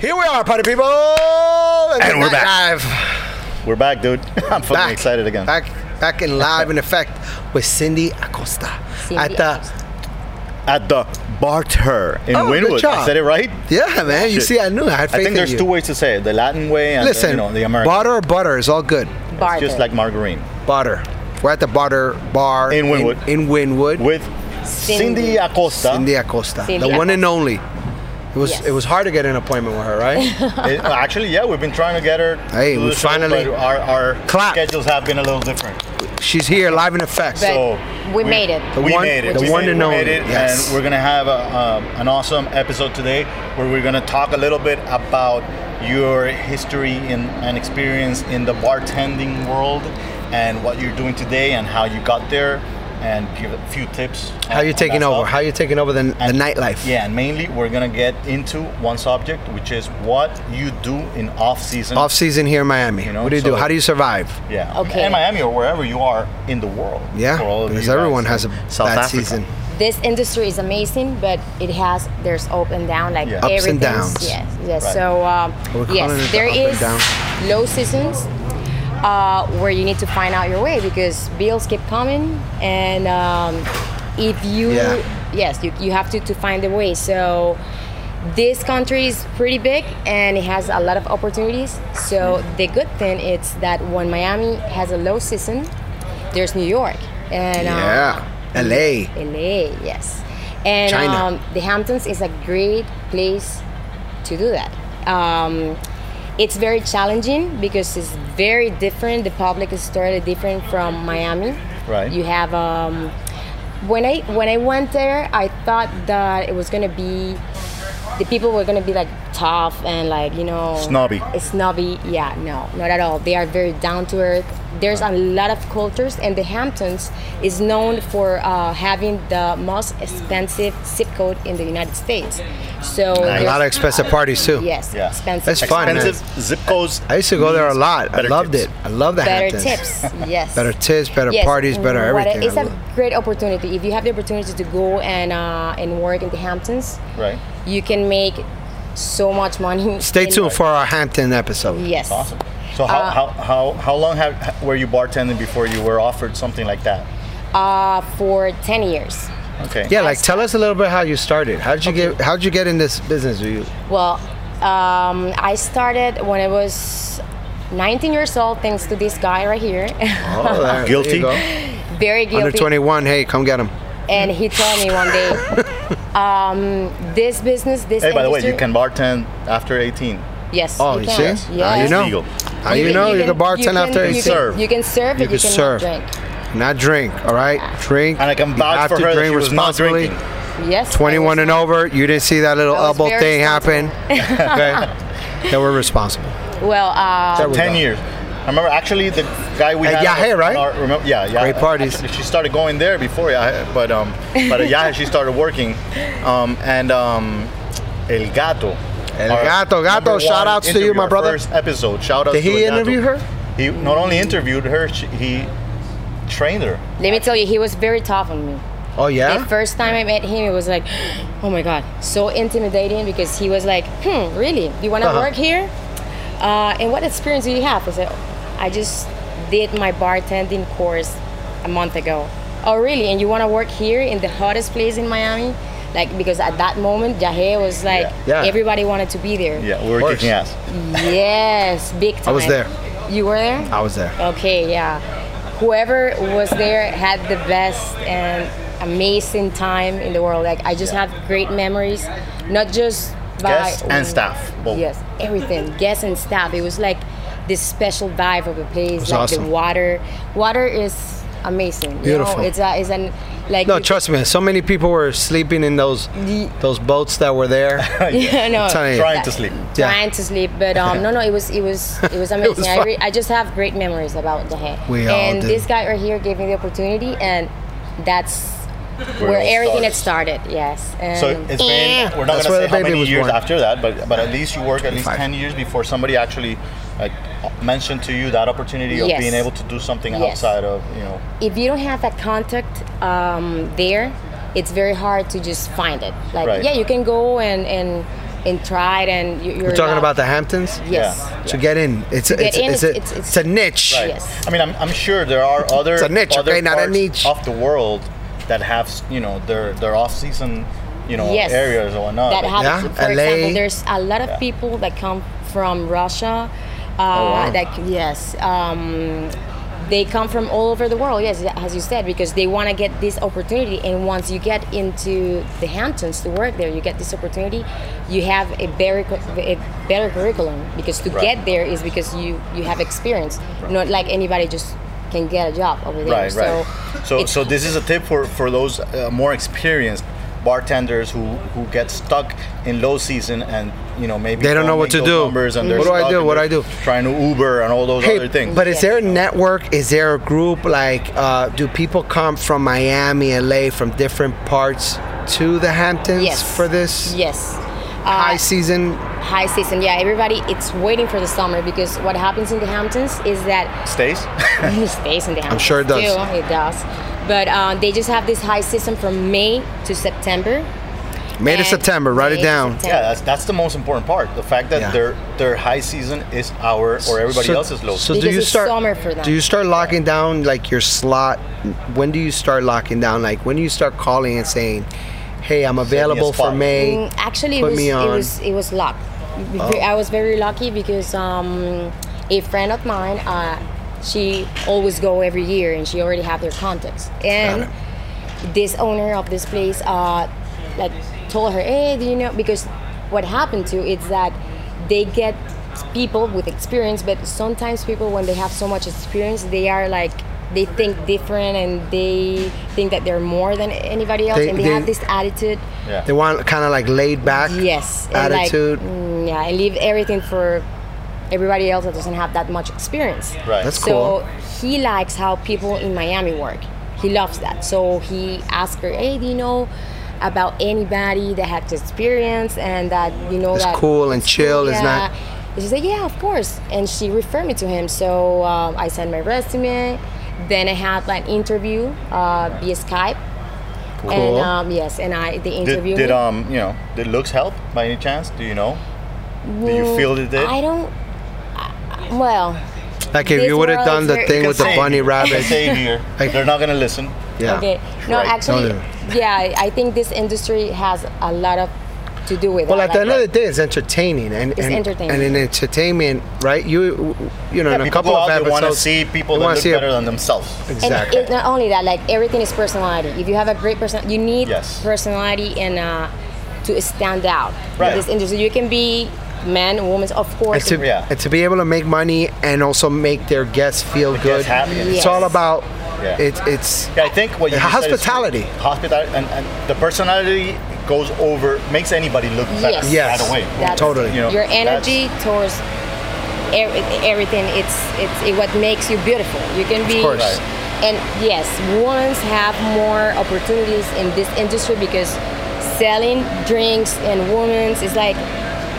Here we are, party people, and, And we're back. live, We're back, dude. I'm fucking back, excited again. Back, back in live in effect with Cindy Acosta Cindy at uh, the At the Barter in Oh, good Winwood. I job. said it right? yeah, man. You Shit. see, I knew I had faith I think in there's you. two ways to say it the Latin way and Listen, the, you know, the American. butter or butter is all good. Barter. It's just like margarine. Butter. We're at the butter bar In Wynwood. In, in Winwood. With Cindy. Cindy Acosta. Cindy Acosta, Cindy the one Acosta. and only. It was Yes. it was hard to get an appointment with her, right? It- actually, yeah, we've been trying to get her. Hey, to we the show, finally but Our, our clapped. schedules have been a little different. She's here live in effect. But So we made it. The we one- made it. the we one made and it, we made only, it, yes. And we're gonna have a, um, an awesome episode today where we're gonna talk a little bit about your history and, and experience in the bartending world and what you're doing today and how you got there and give a few tips. How you taking over? How you taking over the, the And- nightlife? Yeah, and mainly we're gonna get into one subject, which is what you do in off season. Off season here in Miami. You know, what do you do? so- How do you survive? yeah. Okay. In Miami or wherever you are in the world. Yeah, For all of because you guys everyone has a in South bad Africa. season. this industry is amazing, but it has there's up and down, like Yeah. yeah. Ups and downs. Yes, yes. Right. So um, We're calling it yes, the there up and is down. low seasons uh, where you need to find out your way because bills keep coming, and um, if you Yeah. yes, you, you have to to find a way. So. This country is pretty big and it has a lot of opportunities. So the good thing is that when Miami has a low season, there's New York and uh, Yeah, LA. LA, yes. And China. Um, the Hamptons is a great place to do that. Um, it's very challenging because it's very different. The public is totally different from Miami. Right. You have um, when I when I went there, I thought that it was gonna be the people were gonna be like tough and like you know Snobby. snobby. Yeah, no, not at all. They are very down to earth. There's a lot of cultures, and the Hamptons is known for uh, having the most expensive zip code in the United States. So A lot of expensive parties too. yes, Yeah. expensive. That's fun, man. expensive zip codes. I used to go there a lot. I Better loved tips. it. I love the Better Hamptons. tips, yes. Better tips, better Yes, parties, better what- everything. It's I a love- great opportunity. If you have the opportunity to go and uh, and work in the Hamptons, Right. you can make so much money. Stay in- tuned for our Hampton episode. Yes. Awesome. So how, how, how, how long have, were you bartending before you were offered something like that? Uh, for 10 years. Okay. Yeah, like tell us a little bit how you started. How did you get? How did you get in this business? Were you oh, Well, um, I started when I was 19 years old, thanks to this guy right here. oh, there- there Guilty? you go. Very guilty. Under 21. Hey, come get him. And he told me one day, um, this business, this Hey, by the way, industry- you can bartend after 18. Yes. Oh, you can. see? Yes. How you know? legal. How you, know? You can bartend can- after you 18. can- Serve. You can serve. You You, can you serve. Drink. Not drink. All right, drink. And I can You vouch have for to her that drink she was not responsibly. drinking. Yes. I 21 was- and over. You didn't see that little I was elbow very thing happen. responsible. okay. That we're responsible. Well, uh, There we 10 go. years. I remember actually the guy we At had. Yahe, right? Our, remember, yeah, yeah. Great parties. Actually, she started going there before Yahe, but um, but at Yahe she started working, um, and um, El Gato. El our Gato, Gato, number shout one outs to you, interview, my our brother. First episode, shout out. Did to he El Gato. interview her? He not only interviewed her, she, he trained her. let me tell you, he was very tough on me. Oh yeah. The first time I met him, it was like, oh my god, so intimidating because he was like, hmm, really? You want to Uh-huh. work here? Uh, and what experience do you have? I said, I just did my bartending course a month ago. Oh really? And you want to work here in the hottest place in Miami? Like because at that moment, Jahe was like, Yeah. Yeah. everybody wanted to be there. Yeah, we were course. kicking ass. Yes, big time. I was there. You were there? I was there. Okay, yeah. Whoever was there had the best and amazing time in the world. Like I just have great memories, not just by Oh. Guests and staff. both. Yes, everything. Guests and staff. It was like this special vibe of the place. was like awesome. the water. Water is amazing. you know? Beautiful. It's a, it's an like No, you- trust me. So many people were sleeping in those Ye- those boats that were there. Yeah, no. Trying- Trying to sleep. Yeah. Trying to sleep, but um, no, no, it was it was it was amazing. I, fun. re- I just have great memories about the head. We all and do. this guy right here gave me the opportunity, and that's Where where, it all everything had started. Yes, and Eh. So it's been, we're not That's going to where say the how baby many was years born. after that, but but at least you work at least Five. 10 years before somebody actually like mentioned to you that opportunity of Yes. being able to do something Yes. outside of, you know, if you don't have that contact um, there, it's very hard to just find it. Like Right. yeah, you can go and and and tried and you, you're We're talking loved. about the Hamptons. yes. Yeah. To get in, it's get it's, in, it's, it's- a, it's- it's, it's- a niche. Right. Yes. I mean, I'm, I'm sure there are other a niche, other okay? Not a parts niche. of the world that have you know their their off season you know Yes. areas or whatnot. that Like, happens. Yeah, For LA. example, there's a lot of people that come from Russia. Uh, Oh, wow. That c- yes, um, they come from all over the world. Yes, as you said, because they want to get this opportunity. And once you get into the Hamptons to work there, you get this opportunity. You have a very cu- a better curriculum because to Right. get there is because you you have experience, not like anybody just can get a job over there. Right, so right. So, it's- so this is a tip for for those uh, more experienced bartenders who who get stuck in low season and you know maybe They don't know make what to those do. Numbers and they're What do I stuck do? and What do they're I do? Trying to Uber and all those other things. But is Yes. there a network? Is there a group? Like, uh, do people come from Miami, LA, from different parts to the Hamptons yes for this yes. high Uh, season? high season. Yeah, everybody it's waiting for the summer because what happens in the Hamptons is that stays. it stays in the Hamptons. sure it does. Too. It does. But um, they just have this high season from May to September. May to And September. Write May it to down. September. Yeah, that's that's the most important part. The fact that Yeah. their their high season is our or everybody So- else's low. So season. do Because you it's start? summer for them. Do you start locking down like your slot? When do you start locking down? Like when do you start calling and saying, "Hey, I'm available for spot." May." Mm, Actually, it put was, me it on. was it was luck. I was very lucky because um, a friend of mine, uh, she always go every year, and she already have their contacts. And this owner of this place, uh, like, told her, "Hey, do you know?" Because what happened to is that they get people with experience, but sometimes people when they have so much experience, they are like. They think different, and they think that they're more than anybody else, They- and they, they- have this attitude. yeah. They want kind of like laid back. Mm. Yes. and like, Attitude. mm, yeah, I leave everything for everybody else that doesn't have that much experience. Right. That's So he likes how people in Miami work. He loves that. So he asked her, "Hey, do you know about anybody that has experience and that you know It's that cool and chill. It's not. and she said, yeah, of course. And she referred me to him. So um, I sent my resume. Then I had an interview uh, via Skype. Cool. And um, yes, and I the Did, interview. did um you know did looks help by any chance? Do you know? Do you feel it did? Mm, I don't. I- I- Well, Like if This you would have world done is the very- thing Because with the they- bunny because rabbit. they here. I- They're not gonna listen. Yeah. okay. No, Right. actually, No, yeah, I- I think this industry has a lot of to do with. Well, that, at the like- end of the day, it's entertaining, and It's and, entertaining. and in entertainment, right? You, you know, in a People couple go out, of they episodes, want to see people they that wanna look see a- better than themselves. Exactly. And it's not only that, like everything is personality. If you have a great person, you need Yes. personality and uh, to stand out Right. in this industry. You can be man, woman, of and course. to, Yeah. and to be able to make money and also make their guests feel good. happy. It's Yes. all about Yeah. it's it's Yeah, I think what you Yeah, just said is hospitality. true. hospitality, and, and the personality goes over, makes anybody look better Yes. Yes. right away. That's- Totally. You know, your that's- energy towards every, everything. It's it's it, what makes you beautiful. You can be. course. Right. And yes, women have more opportunities in this industry because selling drinks and women's is like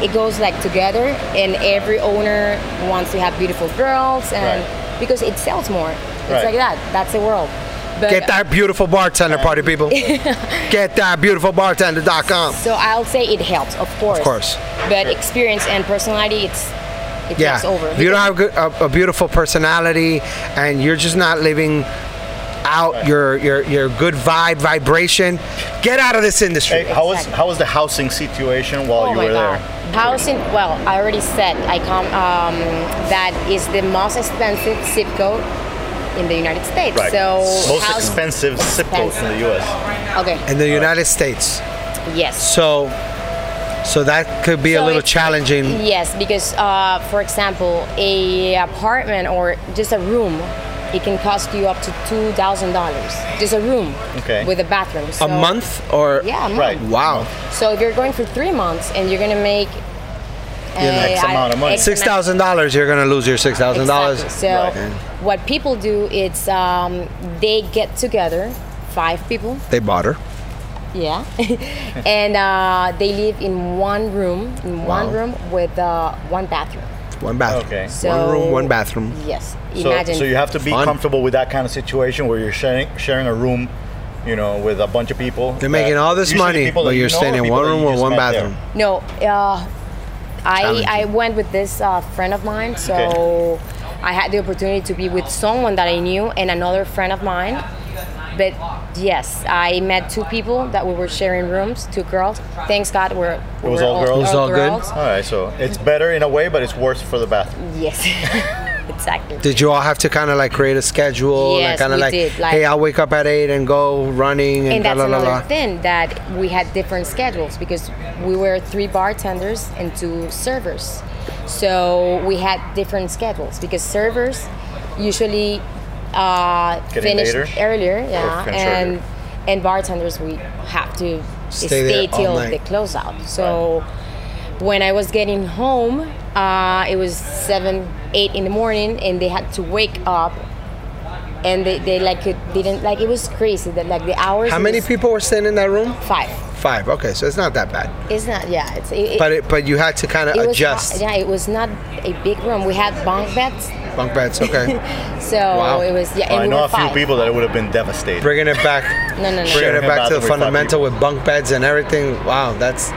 it goes like together, and every owner wants to have beautiful girls, and Right. because it sells more. It's Right. like that. That's the world. But get that beautiful bartender party, people. get that beautiful bartender.com. So I'll say it helps, of course. course. But experience and personality, it's it Yeah, takes over. if you don't have good, a, a beautiful personality, and you're just not living out your, your your good vibe vibration, get out of this industry. Hey, how was Exactly. how was the housing situation while oh you my were god. there? Housing, well, I already said I come. Um, that is the most expensive zip code in the United States. So most house- expensive zip code in the U.S. Okay. in the United States. Yes. So, so that could be a So little it's- challenging. Yes, because uh, for example, a apartment or just a room, it can cost you up to two thousand dollars. Just a room. Okay. With a bathroom. A So- month or Yeah, a month. Right. Wow, So if you're going for three months and you're gonna make know, X amount of money. six thousand dollars. You're gonna lose your six thousand dollars. So Right. what people do is um, they get together, five people, They bought her. yeah, and uh, they live in one room, in Wow. one room with uh, one bathroom. One bathroom. Okay. one So- room, one bathroom. Yes, So, imagine. so you have to be Fun. comfortable with that kind of situation where you're sharing sharing a room you know, with a bunch of people. They're making that- all this usually money, people that but you you're know or staying in people one that room you with just one met there? bathroom. No, uh, I Challenging. I went with this uh, friend of mine, so I had the opportunity to be with someone that I knew and another friend of mine. But yes, I met two people that we were sharing rooms, two girls. Thanks God, we're it was all girls? It was all good? All right, so it's better in a way, but it's worse for the bathroom. Yes, exactly. Did you all have to kind of like create a schedule? and Yes, kind of we like, did, like- hey, I'll wake up at eight and go running and, and la that's la la another la. thing that we had different schedules because we were three bartenders and two servers so we had different schedules because servers usually uh, Getting finish later? earlier yeah finish and earlier. and bartenders we have to Stay stay, there all till night. the closeout so when i was getting home uh, it was 7 8 in the morning and they had to wake up and they, they like it didn't like it was crazy that like the hours How it many was- people were staying in that room? five. Five. Okay, so it's not that bad. It's not, yeah. It's it, But it, but you had to kind of it was adjust Not, yeah, it was not a big room. We had bunk beds, bunk beds. Okay, so Wow. it was yeah. And I we know were a few five. people that would have been devastated. bringing it back. No, no, no. Bringing it Bringing it back back to to the with five fundamental with bunk beds and everything. Wow, that's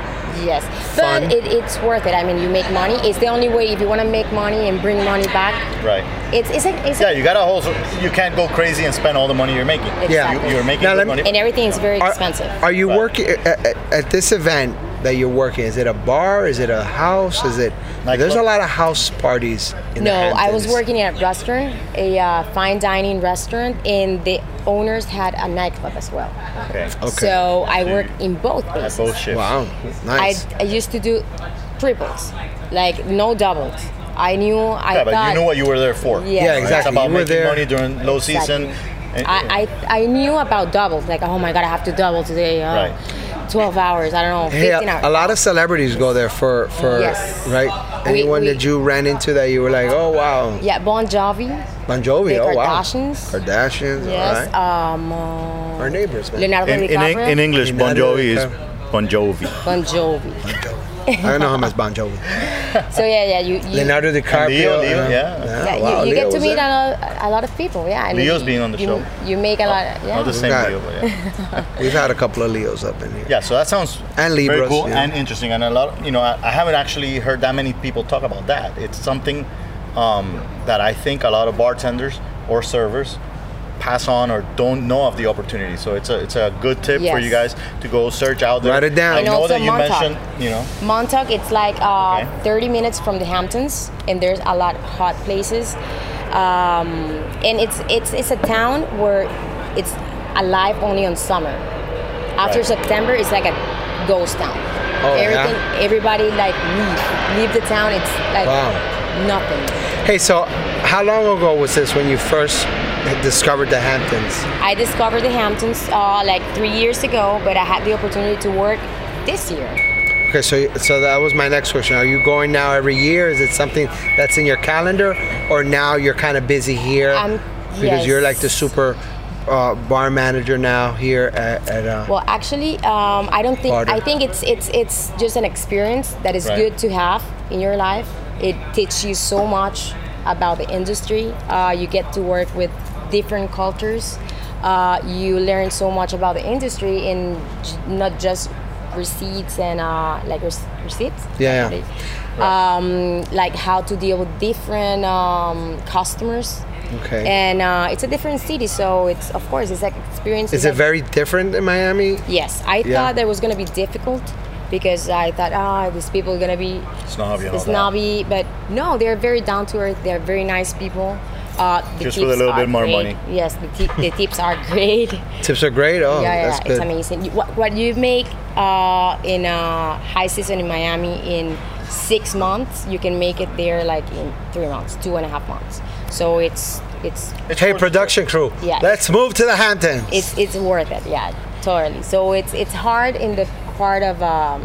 Yes, Fun. but it, it's worth it. I mean, you make money. It's the only way if you want to make money and bring money back. Right. It's it's a, it's Yeah, a, you gotta also you can't go crazy and spend all the money you're making. Yeah. You, you're making Now good let me- money. and everything is very Are- expensive. Are, you Right. working at, at, at this event that you're working? Is it a bar? Is it a house? Is it? Nightclub? There's a lot of house parties. In the no, I was Hamptons. working at a restaurant, a uh, fine dining restaurant, and the owners had a nightclub as well. okay. Okay. So I work in both That's places. bullshit. Wow, I, nice. I used to do triples, like no doubles. I knew I Yeah, thought. but you knew what you were there for. Yeah. yeah, It's It's exactly. about you were making there. money during low season. And- I, I I knew about doubles. Like oh my god, I have to double today. Uh, Right. Twelve hours. I don't know. Hey, Fifteen a, hours. a lot of celebrities go there for for Yes. right. We- Anyone we- that you ran into that you were like, oh wow, Yeah, Bon Jovi. Bon Jovi, The oh wow, Kardashians. Kardashians, all Yes. right. Um. uh, Our neighbors, man. Leonardo in, in, DiCaprio. in English, Bon Jovi is Bon Jovi. bon Jovi. I don't know how much Bon Jovi. So yeah, yeah. You. you Leonardo DiCaprio. Leo, you know? yeah. yeah, you- wow, you, Leo get to was meet there. a, a lot of people, yeah. and Leo's you- being on the you- show. You make a lot, yeah. Not the same Got it. deal, but yeah. We've had a couple of Leos up in here. Yeah, so that sounds And very Libras, cool yeah. and interesting, and a lot. You know, I, I haven't actually heard that many people talk about that. It's something um, that I think a lot of bartenders or servers pass on or don't know of the opportunity. So it's a it's a good tip for Yes. you guys to go search out there. Write it down. I And know also that you Montauk. mentioned, you know, Montauk, it's like uh, Okay. 30 minutes from the Hamptons, and there's a lot of hot places. Um, and it's it's it's a town where it's alive only on summer. After Right. September, it's like a ghost town. Oh, yeah? Everything, everybody like leave leave the town. It's like Wow. nothing. Hey, so how long ago was this when you first discovered the Hamptons? I discovered the Hamptons uh, like three years ago, but I had the opportunity to work this year. Okay, so so that was my next question. Are you going now every year? Is it something that's in your calendar, or now you're kind of busy here Um, because you're like the yes. super uh, bar manager now here at, at uh, Well, actually, um, I don't think. Harder. I think it's it's it's just an experience that is Right. good to have in your life. It teaches you so much about the industry. Uh, you get to work with different cultures. Uh, you learn so much about the industry and j- not just receipts and uh, like rec- receipts. Yeah, yeah. actually. Um, like how to deal with different um, customers. Okay. And uh, it's a different city, so it's of course it's like experience. is it very different in Miami? Yes, I Yeah. thought that was gonna be difficult because I thought, ah, these people are gonna be snobby and all that. snobby, but no, they're very down to earth. They're very nice people. Uh, the Just with a tips little are bit more great. money. Yes, the, ti- the tips are great. Tips are great. Oh, yeah, yeah, that's it's good. amazing. You- What, what you make uh, in a high season in Miami in six months, you can make it there like in three months, two and a half months. So it's it's hey, production crew, Yeah. let's move to the Hamptons. it's it's worth it yeah totally so it's it's hard in the part of um,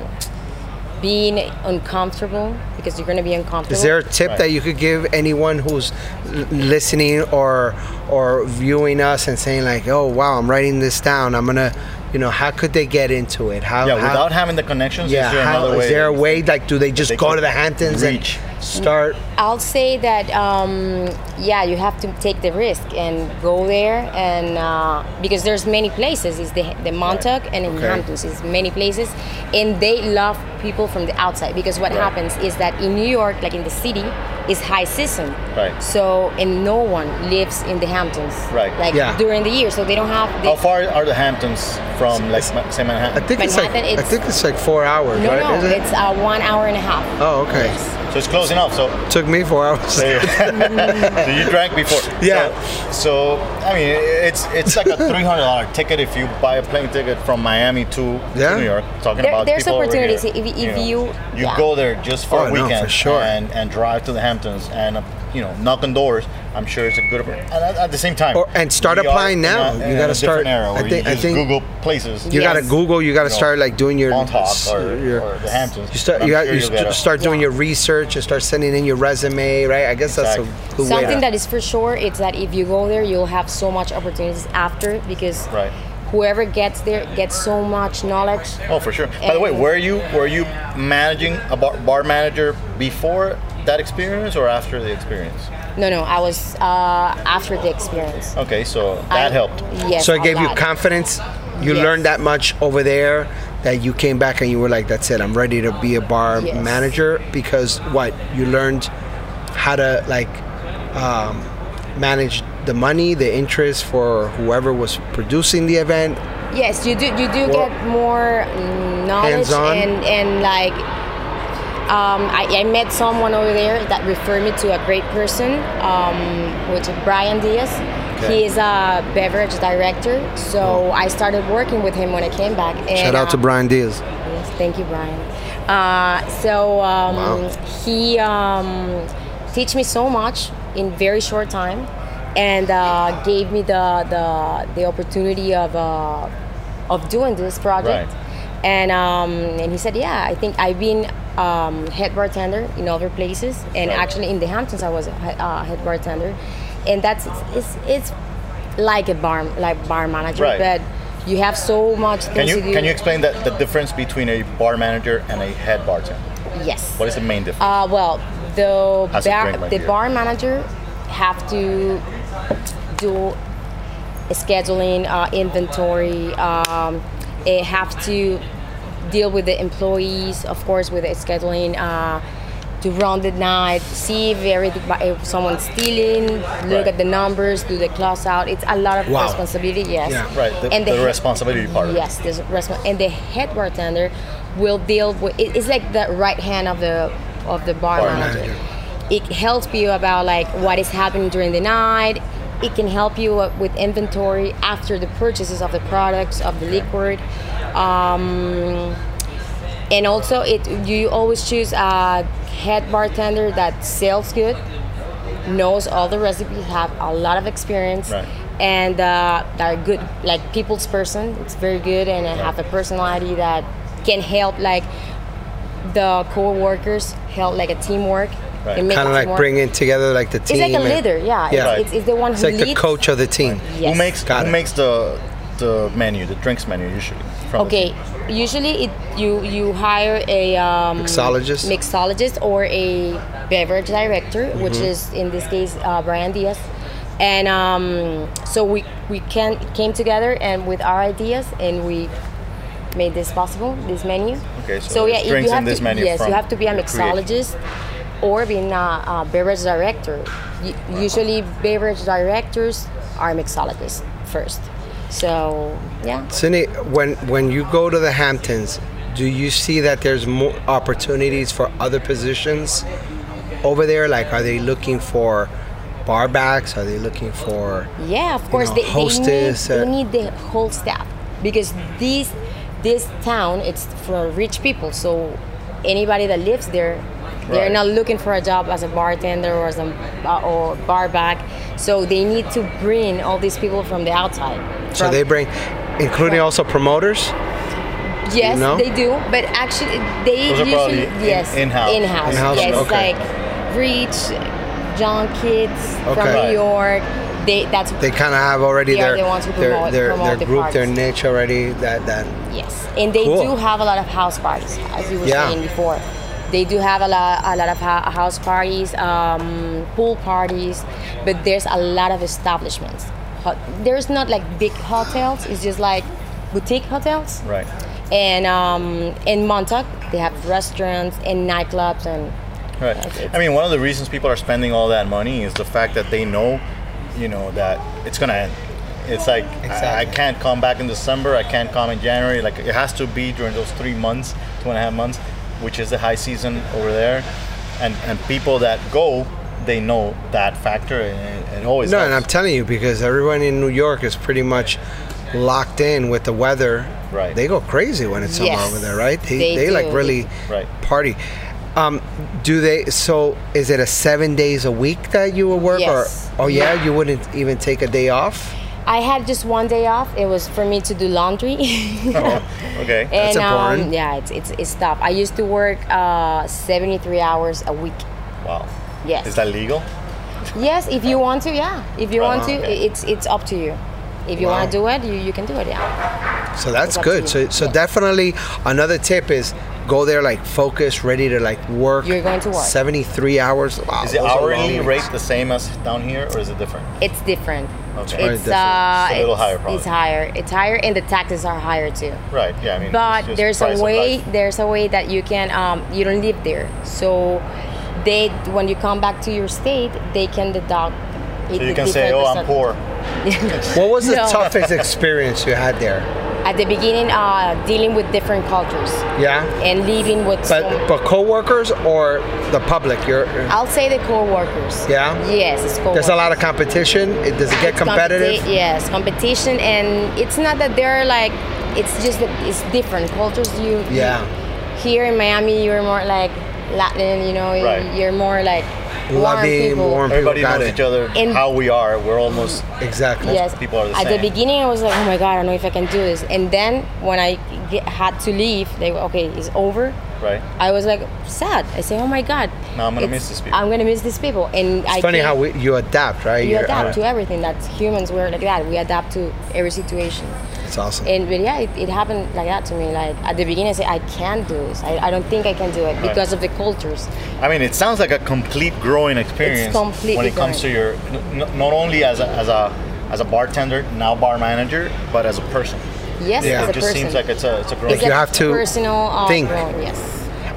being uncomfortable because you're gonna be uncomfortable Is there a tip that you could give anyone who's l- listening or or viewing us and saying like, "Oh wow, I'm writing this down. I'm gonna, you know, how could they get into it? How Yeah, how, without having the connections, yeah, is there how- another is way? there a way like do they just they go could to the Hamptons reach? and start? I'll say that um, yeah, you have to take the risk and go there, and uh, because there's many places. It's the, the Montauk and in Okay. Hamptons. It's many places, and they love people from the outside because what happens is that in New York, like in the city, is high season. Right. So and no one lives in the Hamptons. Right. Like Yeah. during the year, so they don't have. The, How far are the Hamptons from like Ma- say I Manhattan? think it's like Manhattan, I it's- think it's like four hours, No, right? no, Is it? it's uh, one hour and a half. oh, okay. So it's close enough. So Took me four hours. so you drank before. Yeah. So, so, I mean, it's it's like a three hundred dollar ticket if you buy a plane ticket from Miami to, to Yeah. New York. Talking There- about there's people over opportunities here, if- if know. you- you yeah. go there just for Oh, a no, for weekend sure. and and drive to the Hamptons and uh, you know knock on doors. I'm sure it's a good oppor- and at, at the same time. Or- and start we are applying in a- now. in You a gotta different start- Era I where think- you I just think Google places. You gotta Yes. Google. You gotta You know, start like doing your Montauk or- or the Hamptons. You start. I'm You, got, sure you you'll st- get a- start doing your research. You start sending in your resume, right? I guess that's a Exactly. good way. Something to- that is for sure is that if you go there, you'll have so much opportunities after because Right. whoever gets there gets so much knowledge. Oh, for sure. By the way, And- were you were you managing a bar, bar manager before that experience or after the experience? No, no, I was uh, after the experience. Okay, so that I- helped. Yes. so a it gave you lot. confidence. You Yes. learned that much over there that you came back and you were like, "That's it. I'm ready to be a bar Yes. manager." Because what you learned how to like um, manage the money, the interest for whoever was producing the event. Yes, you do. You Well- do get more mm, knowledge Hands-on? and and like. Um, I, I met someone over there that referred me to a great person, um, which is Brian Diaz. Okay. He is a beverage director, so I started working with him when I came back. And, Shout out to uh, Brian Diaz. Yes, thank you, Brian. Uh, so um, Wow. he um, teach me so much in very short time, and uh, gave me the the, the opportunity of uh, of doing this project. Right. And um, and he said, yeah, I think I've been um, head bartender in other places, and Right. actually in the Hamptons I was a he- uh, head bartender, and that's it's it's like a bar like bar manager, Right. but you have so much Can things you to do. can you explain that the difference between a bar manager and a head bartender? Yes. What is the main difference? Uh, well, the As a drink, bar, my the dear. bar manager have to do scheduling, uh, inventory. Um, it have to deal with the employees, of course, with the scheduling. Uh, to run the night, see if, everything, if someone's stealing, look Right. at the numbers, do the close out. It's a lot of Wow. responsibility, yes. Yeah. right, the, And the, he- responsibility part. of it. Yes, there's restaurant, and the head bartender will deal with. It, it's like the right hand of the of the bar, Bar manager. manager. It helps you about like what is happening during the night. It can help you uh, with inventory after the purchases of the products of the liquid. Um, and also, it you always choose a head bartender that sells good, knows all the recipes, have a lot of experience, Right. and uh, that are good, like people's person. It's very good, and I have a personality that can help like the co-workers, help like a teamwork. Right. and make Kind a of like teamwork. bringing together like the It's team. like a and- leader, yeah. Yeah. It's, it's, it's the one It's who like the leads. coach of the team. Yes. Who makes Got who it. makes the the menu, the drinks menu usually? From the Okay, team? usually it you you hire a um, Mixologist? mixologist or a beverage director, which Mm-hmm. is in this case uh, Brian Diaz, and um, so we we can came together and with our ideas and we made this possible this menu. Okay, so there's if drinks in you have this to, menu yes, from you have to be a your mixologist or being a, a beverage director. U- Usually, beverage directors are mixologists first. So yeah. Cindy, when when you go to the Hamptons, do you see that there's more opportunities for other positions over there? Like, are they looking for bar backs? Are they looking for? Yeah, of course. know, they, hostess, they, uh, Mm-hmm. need, they need the whole staff because this this town it's for rich people. So anybody that lives there, they're Right. not looking for a job as a bartender or as a uh, or bar back. So they need to bring all these people from the outside. So from- they bring, including also promoters. yes, know? they do, but actually they Those are probably usually in- yes in-house. in-house. In-house, yes, okay. like rich, young kids from Okay. New York. They that's They kind of have already Yeah, their they want to their promote- their, promote their the group, their parties. niche already. That that Yes, and they Cool. do have a lot of house parties, as you were Yeah. saying before. They do have a lot, a lot of ho- house parties, um, pool parties, but there's a lot of establishments. Ho- There's not like big hotels. It's just like boutique hotels. Right. And um, in Montauk, they have restaurants and nightclubs and Right. That's- I mean, one of the reasons people are spending all that money is the fact that they know, you know, that it's gonna end. It's like I- I, Exactly. can't come back in December. I can't come in January. Like it has to be during those three months, two and a half months, which is the high season over there. And and people that go, they know that factor, and it, it always No, helps. and I'm telling you because everyone in New York is pretty much locked in with the weather. Right. They go crazy when it's summer Yes, over there, right? they like do. really Right. party. Um, do they? So is it a seven days a week that you will work, Yes. or oh yeah, you wouldn't even take a day off? I had just one day off. It was for me to do laundry. okay. Oh, That's and um, important. yeah, it's, it's it's tough. I used to work uh, 73 hours a week. wow. yes. Is that legal? Yes, if you want to, yeah. If you Right, want to, okay. i- it's it's up to you. If you want to do it, you, you can do it. Yeah. So that's It's up to good. So you. so Yeah. definitely another tip is go there like focused, ready to like work. You're going to work. seventy three hours. Wow, Is the those are long hourly weeks. rate the same as down here, or is it different? It's different. Okay. Very It's different. uh, It's a little higher probably. It's higher. It's higher, and the taxes are higher too. Right. Yeah. I mean, it's But just there's price a of way. life. There's a way that you can. Um, you don't live there, so they when you come back to your state, they can deduct. it So you with can say, different "Oh, I'm percent." poor." What was the No. toughest experience you had there? At the beginning, uh, dealing with different cultures Yeah. and living with. But some- but coworkers or the public, you're I'll say the co-workers. Yeah? Yes, it's co there's a lot of competition. It, does it get competitive? Competi- yes, competition, and it's not that they're like. It's just that it's different cultures. You you- Yeah. here in Miami, you're more like Latin. You know, Right. you're more like warm Loving, people. warm people. Everybody Got knows it. each other In- how we are. We're almost Exactly. Yes, people are the At same. the beginning, I was like, oh my god, I don't know if I can do this. And then when I get, had to leave, they were okay. It's over. right. I was like sad. I say, oh my god. Now I'm gonna it's- miss these people." I'm gonna miss these people, and I It's funny can't- how we, you adapt, right? you You're- adapt uh, to everything. That's humans. We're like that. We adapt to every situation. It's awesome. And but yeah, it, it happened like that to me. Like at the beginning, I said, I can't do this. I, I don't think I can do it because of the cultures. I mean, it sounds like a complete growing experience completely when it comes to your n- n- not only as a, as a as a bartender now bar manager, but as a person. Yes, Yeah. as It a just person. seems like it's a it's a growing. It's you a have to personal uh, think. role, yes.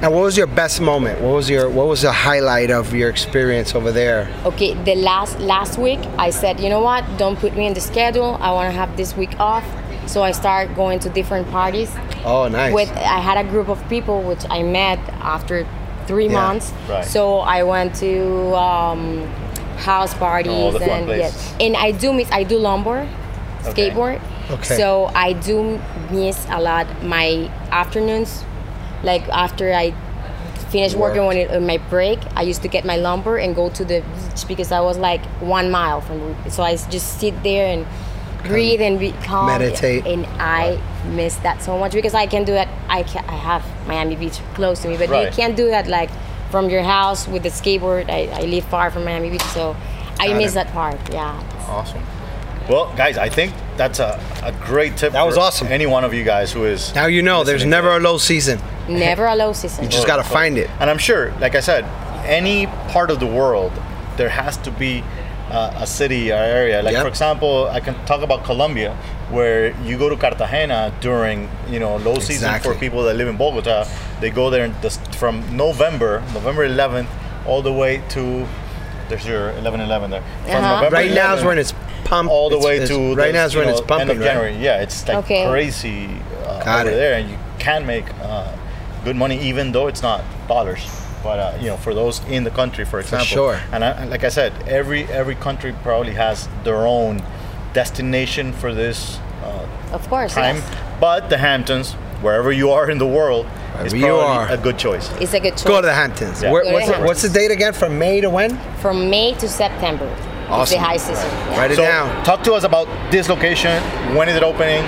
and what was your best moment? What was your What was the highlight of your experience over there? Okay, the last last week, I said, you know what? Don't put me in the schedule. I want to have this week off. So I start going to different parties. Oh, nice. With I had a group of people which I met after three Yeah. months. Right. So I went to um, house parties All the fun and yeah. places. and I do miss I do longboard, Okay. skateboard. Okay. So I do miss a lot my afternoons, like after I finish working Worked. when it, on my break i used to get my lumber and go to the beach because i was like one mile from the- so i just sit there and breathe and be calm Meditate. and I miss that so much because I can do that. I can, I have Miami Beach close to me, but you Right. can't do that like from your house with the skateboard. I, I live far from Miami Beach, so I Got miss it. that part. Yeah. awesome. Well, guys, I think that's a, a great tip. That was for awesome. Any one of you guys who is now you know there's listening never to a low season. Never a low season. You just gotta find it. And I'm sure, like I said, any part of the world, there has to be uh, a city or area. Like Yep. for example, I can talk about Colombia, where you go to Cartagena during you know low season Exactly. for people that live in Bogota. They go there in the, from November, November 11th, all the way to there's your 11-11 there. From Uh-huh. November Right now is 11th when it's pumping. all the way to right the, now is you when know, it's pumping. End of right? January, yeah, it's like Okay. crazy uh, Got over it. there, and you can make uh, good money even though it's not dollars. But uh, you know, for those in the country, for example, sure. And I, and like I said, every every country probably has their own destination for this uh, Of course. time. yes. But the Hamptons, wherever you are in the world, is Wherever you probably are. a good choice. It's a good choice. Go to the Hamptons. Yeah. Where- Go to what's, the the- what's the date again? From May to when? From May to September. It's Awesome. the high season. Yeah. Write it so down. talk to us about this location. When is it opening?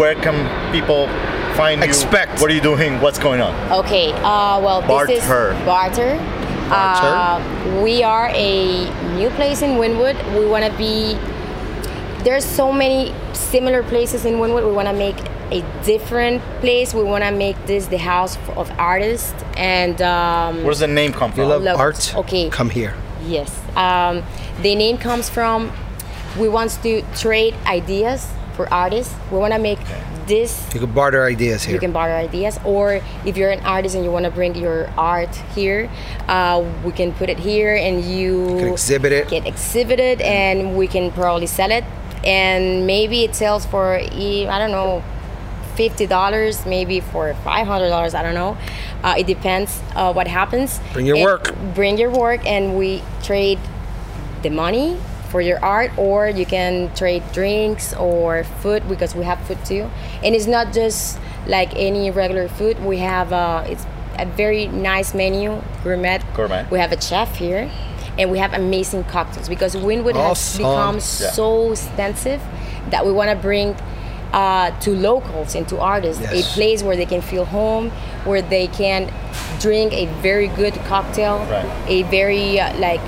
Where can people find Expect. you? What are you doing? What's going on? Okay. Uh, well, this is Barter. Barter. Barter. Uh, we are a new place in Wynwood. We want to be. There's so many similar places in Wynwood. We want to make a different place. We want to make this the house of artists and um, Where's the name come from? You love Look, art? okay. Come here. Yes. Um, the name comes from we want to trade ideas for artists. We want to make this. You can barter ideas here. You can borrow ideas, or if you're an artist and you want to bring your art here, uh, we can put it here, and you can exhibit it. Get exhibited, and we can probably sell it, and maybe it sells for eh, I don't know. Fifty dollars, maybe for five hundred dollars. I don't know. Uh, it depends uh, what happens. Bring your And- work. Bring your work, and we trade the money for your art or you can trade drinks or food because we have food too and it's not just like any regular food we have uh, it's a very nice menu gourmet Gourmet. we have a chef here and we have amazing cocktails because winwood has Awesome. become Yeah. so extensive that we want to bring uh, to locals and to artists Yes. a place where they can feel home where they can drink a very good cocktail Right. a very uh, like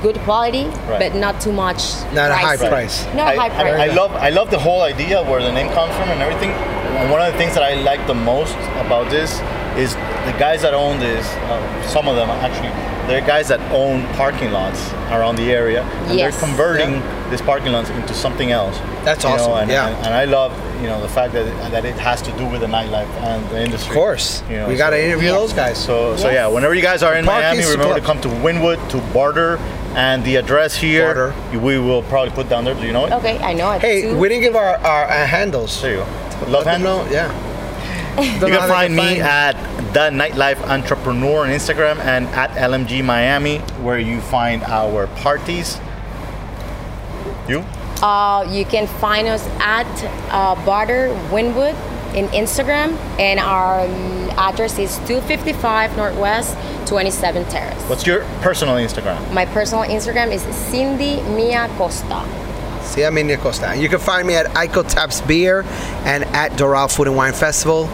good quality Right. but not too much Not a high Right. price. no I, high I- price I love I love the whole idea where the name comes from and everything. And one of the things that I like the most about this is the guys that own this. Uh, some of them actually, they're guys that own parking lots around the area, and Yes. they're converting these parking lots into something else. That's you know, awesome, and, yeah. and, and I love you know the fact that it, that it has to do with the nightlife and the industry. Of course. You know, we got to so- interview those guys. So, so Yes. yeah, whenever you guys are in Park Miami, is remember to come club. to Winwood to Barter, and the address here Barter. we will probably put down there. Do you know it? okay i know it hey, too. we didn't give our, our, uh handles. There you go. Let Love them handle. know, Yeah. You can find me at the nightlife entrepreneur on Instagram and at LMG Miami, where you find our parties. You? Uh, you can find us at uh, Barter Winwood in Instagram, and our um, address is 255 Northwest 27 Terrace. What's your personal Instagram? My personal Instagram is Cindy Mia Costa. See, I'm India Costa. You can find me at Ico Taps Beer and at Doral Food and Wine Festival.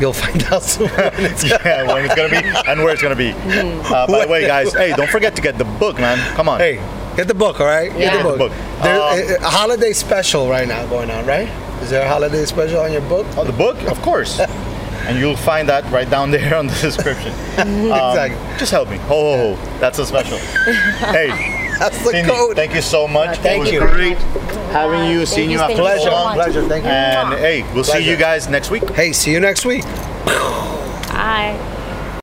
You'll find out soon. yeah, when it's gonna be and where it's gonna be. Uh, by the way, guys, hey, don't forget to get the book, man. Come on. hey, get the book, all right? Yeah. Get the book. Get the book. There- eh, Uh, a- a holiday special right now going on, right? Is there a holiday special on your book? Oh, the book, of course. and you'll find that right down there on the description. Um, Exactly. Just help me. Oh, that's a special. hey. That's the Cindy, code. Thank you so much. Thank it was you. great having you, Thank seeing you, you after thank you Pleasure. so so long. much. Pleasure. Thank you. And hey, we'll see you Pleasure. guys next week. Hey, see you next week. Bye.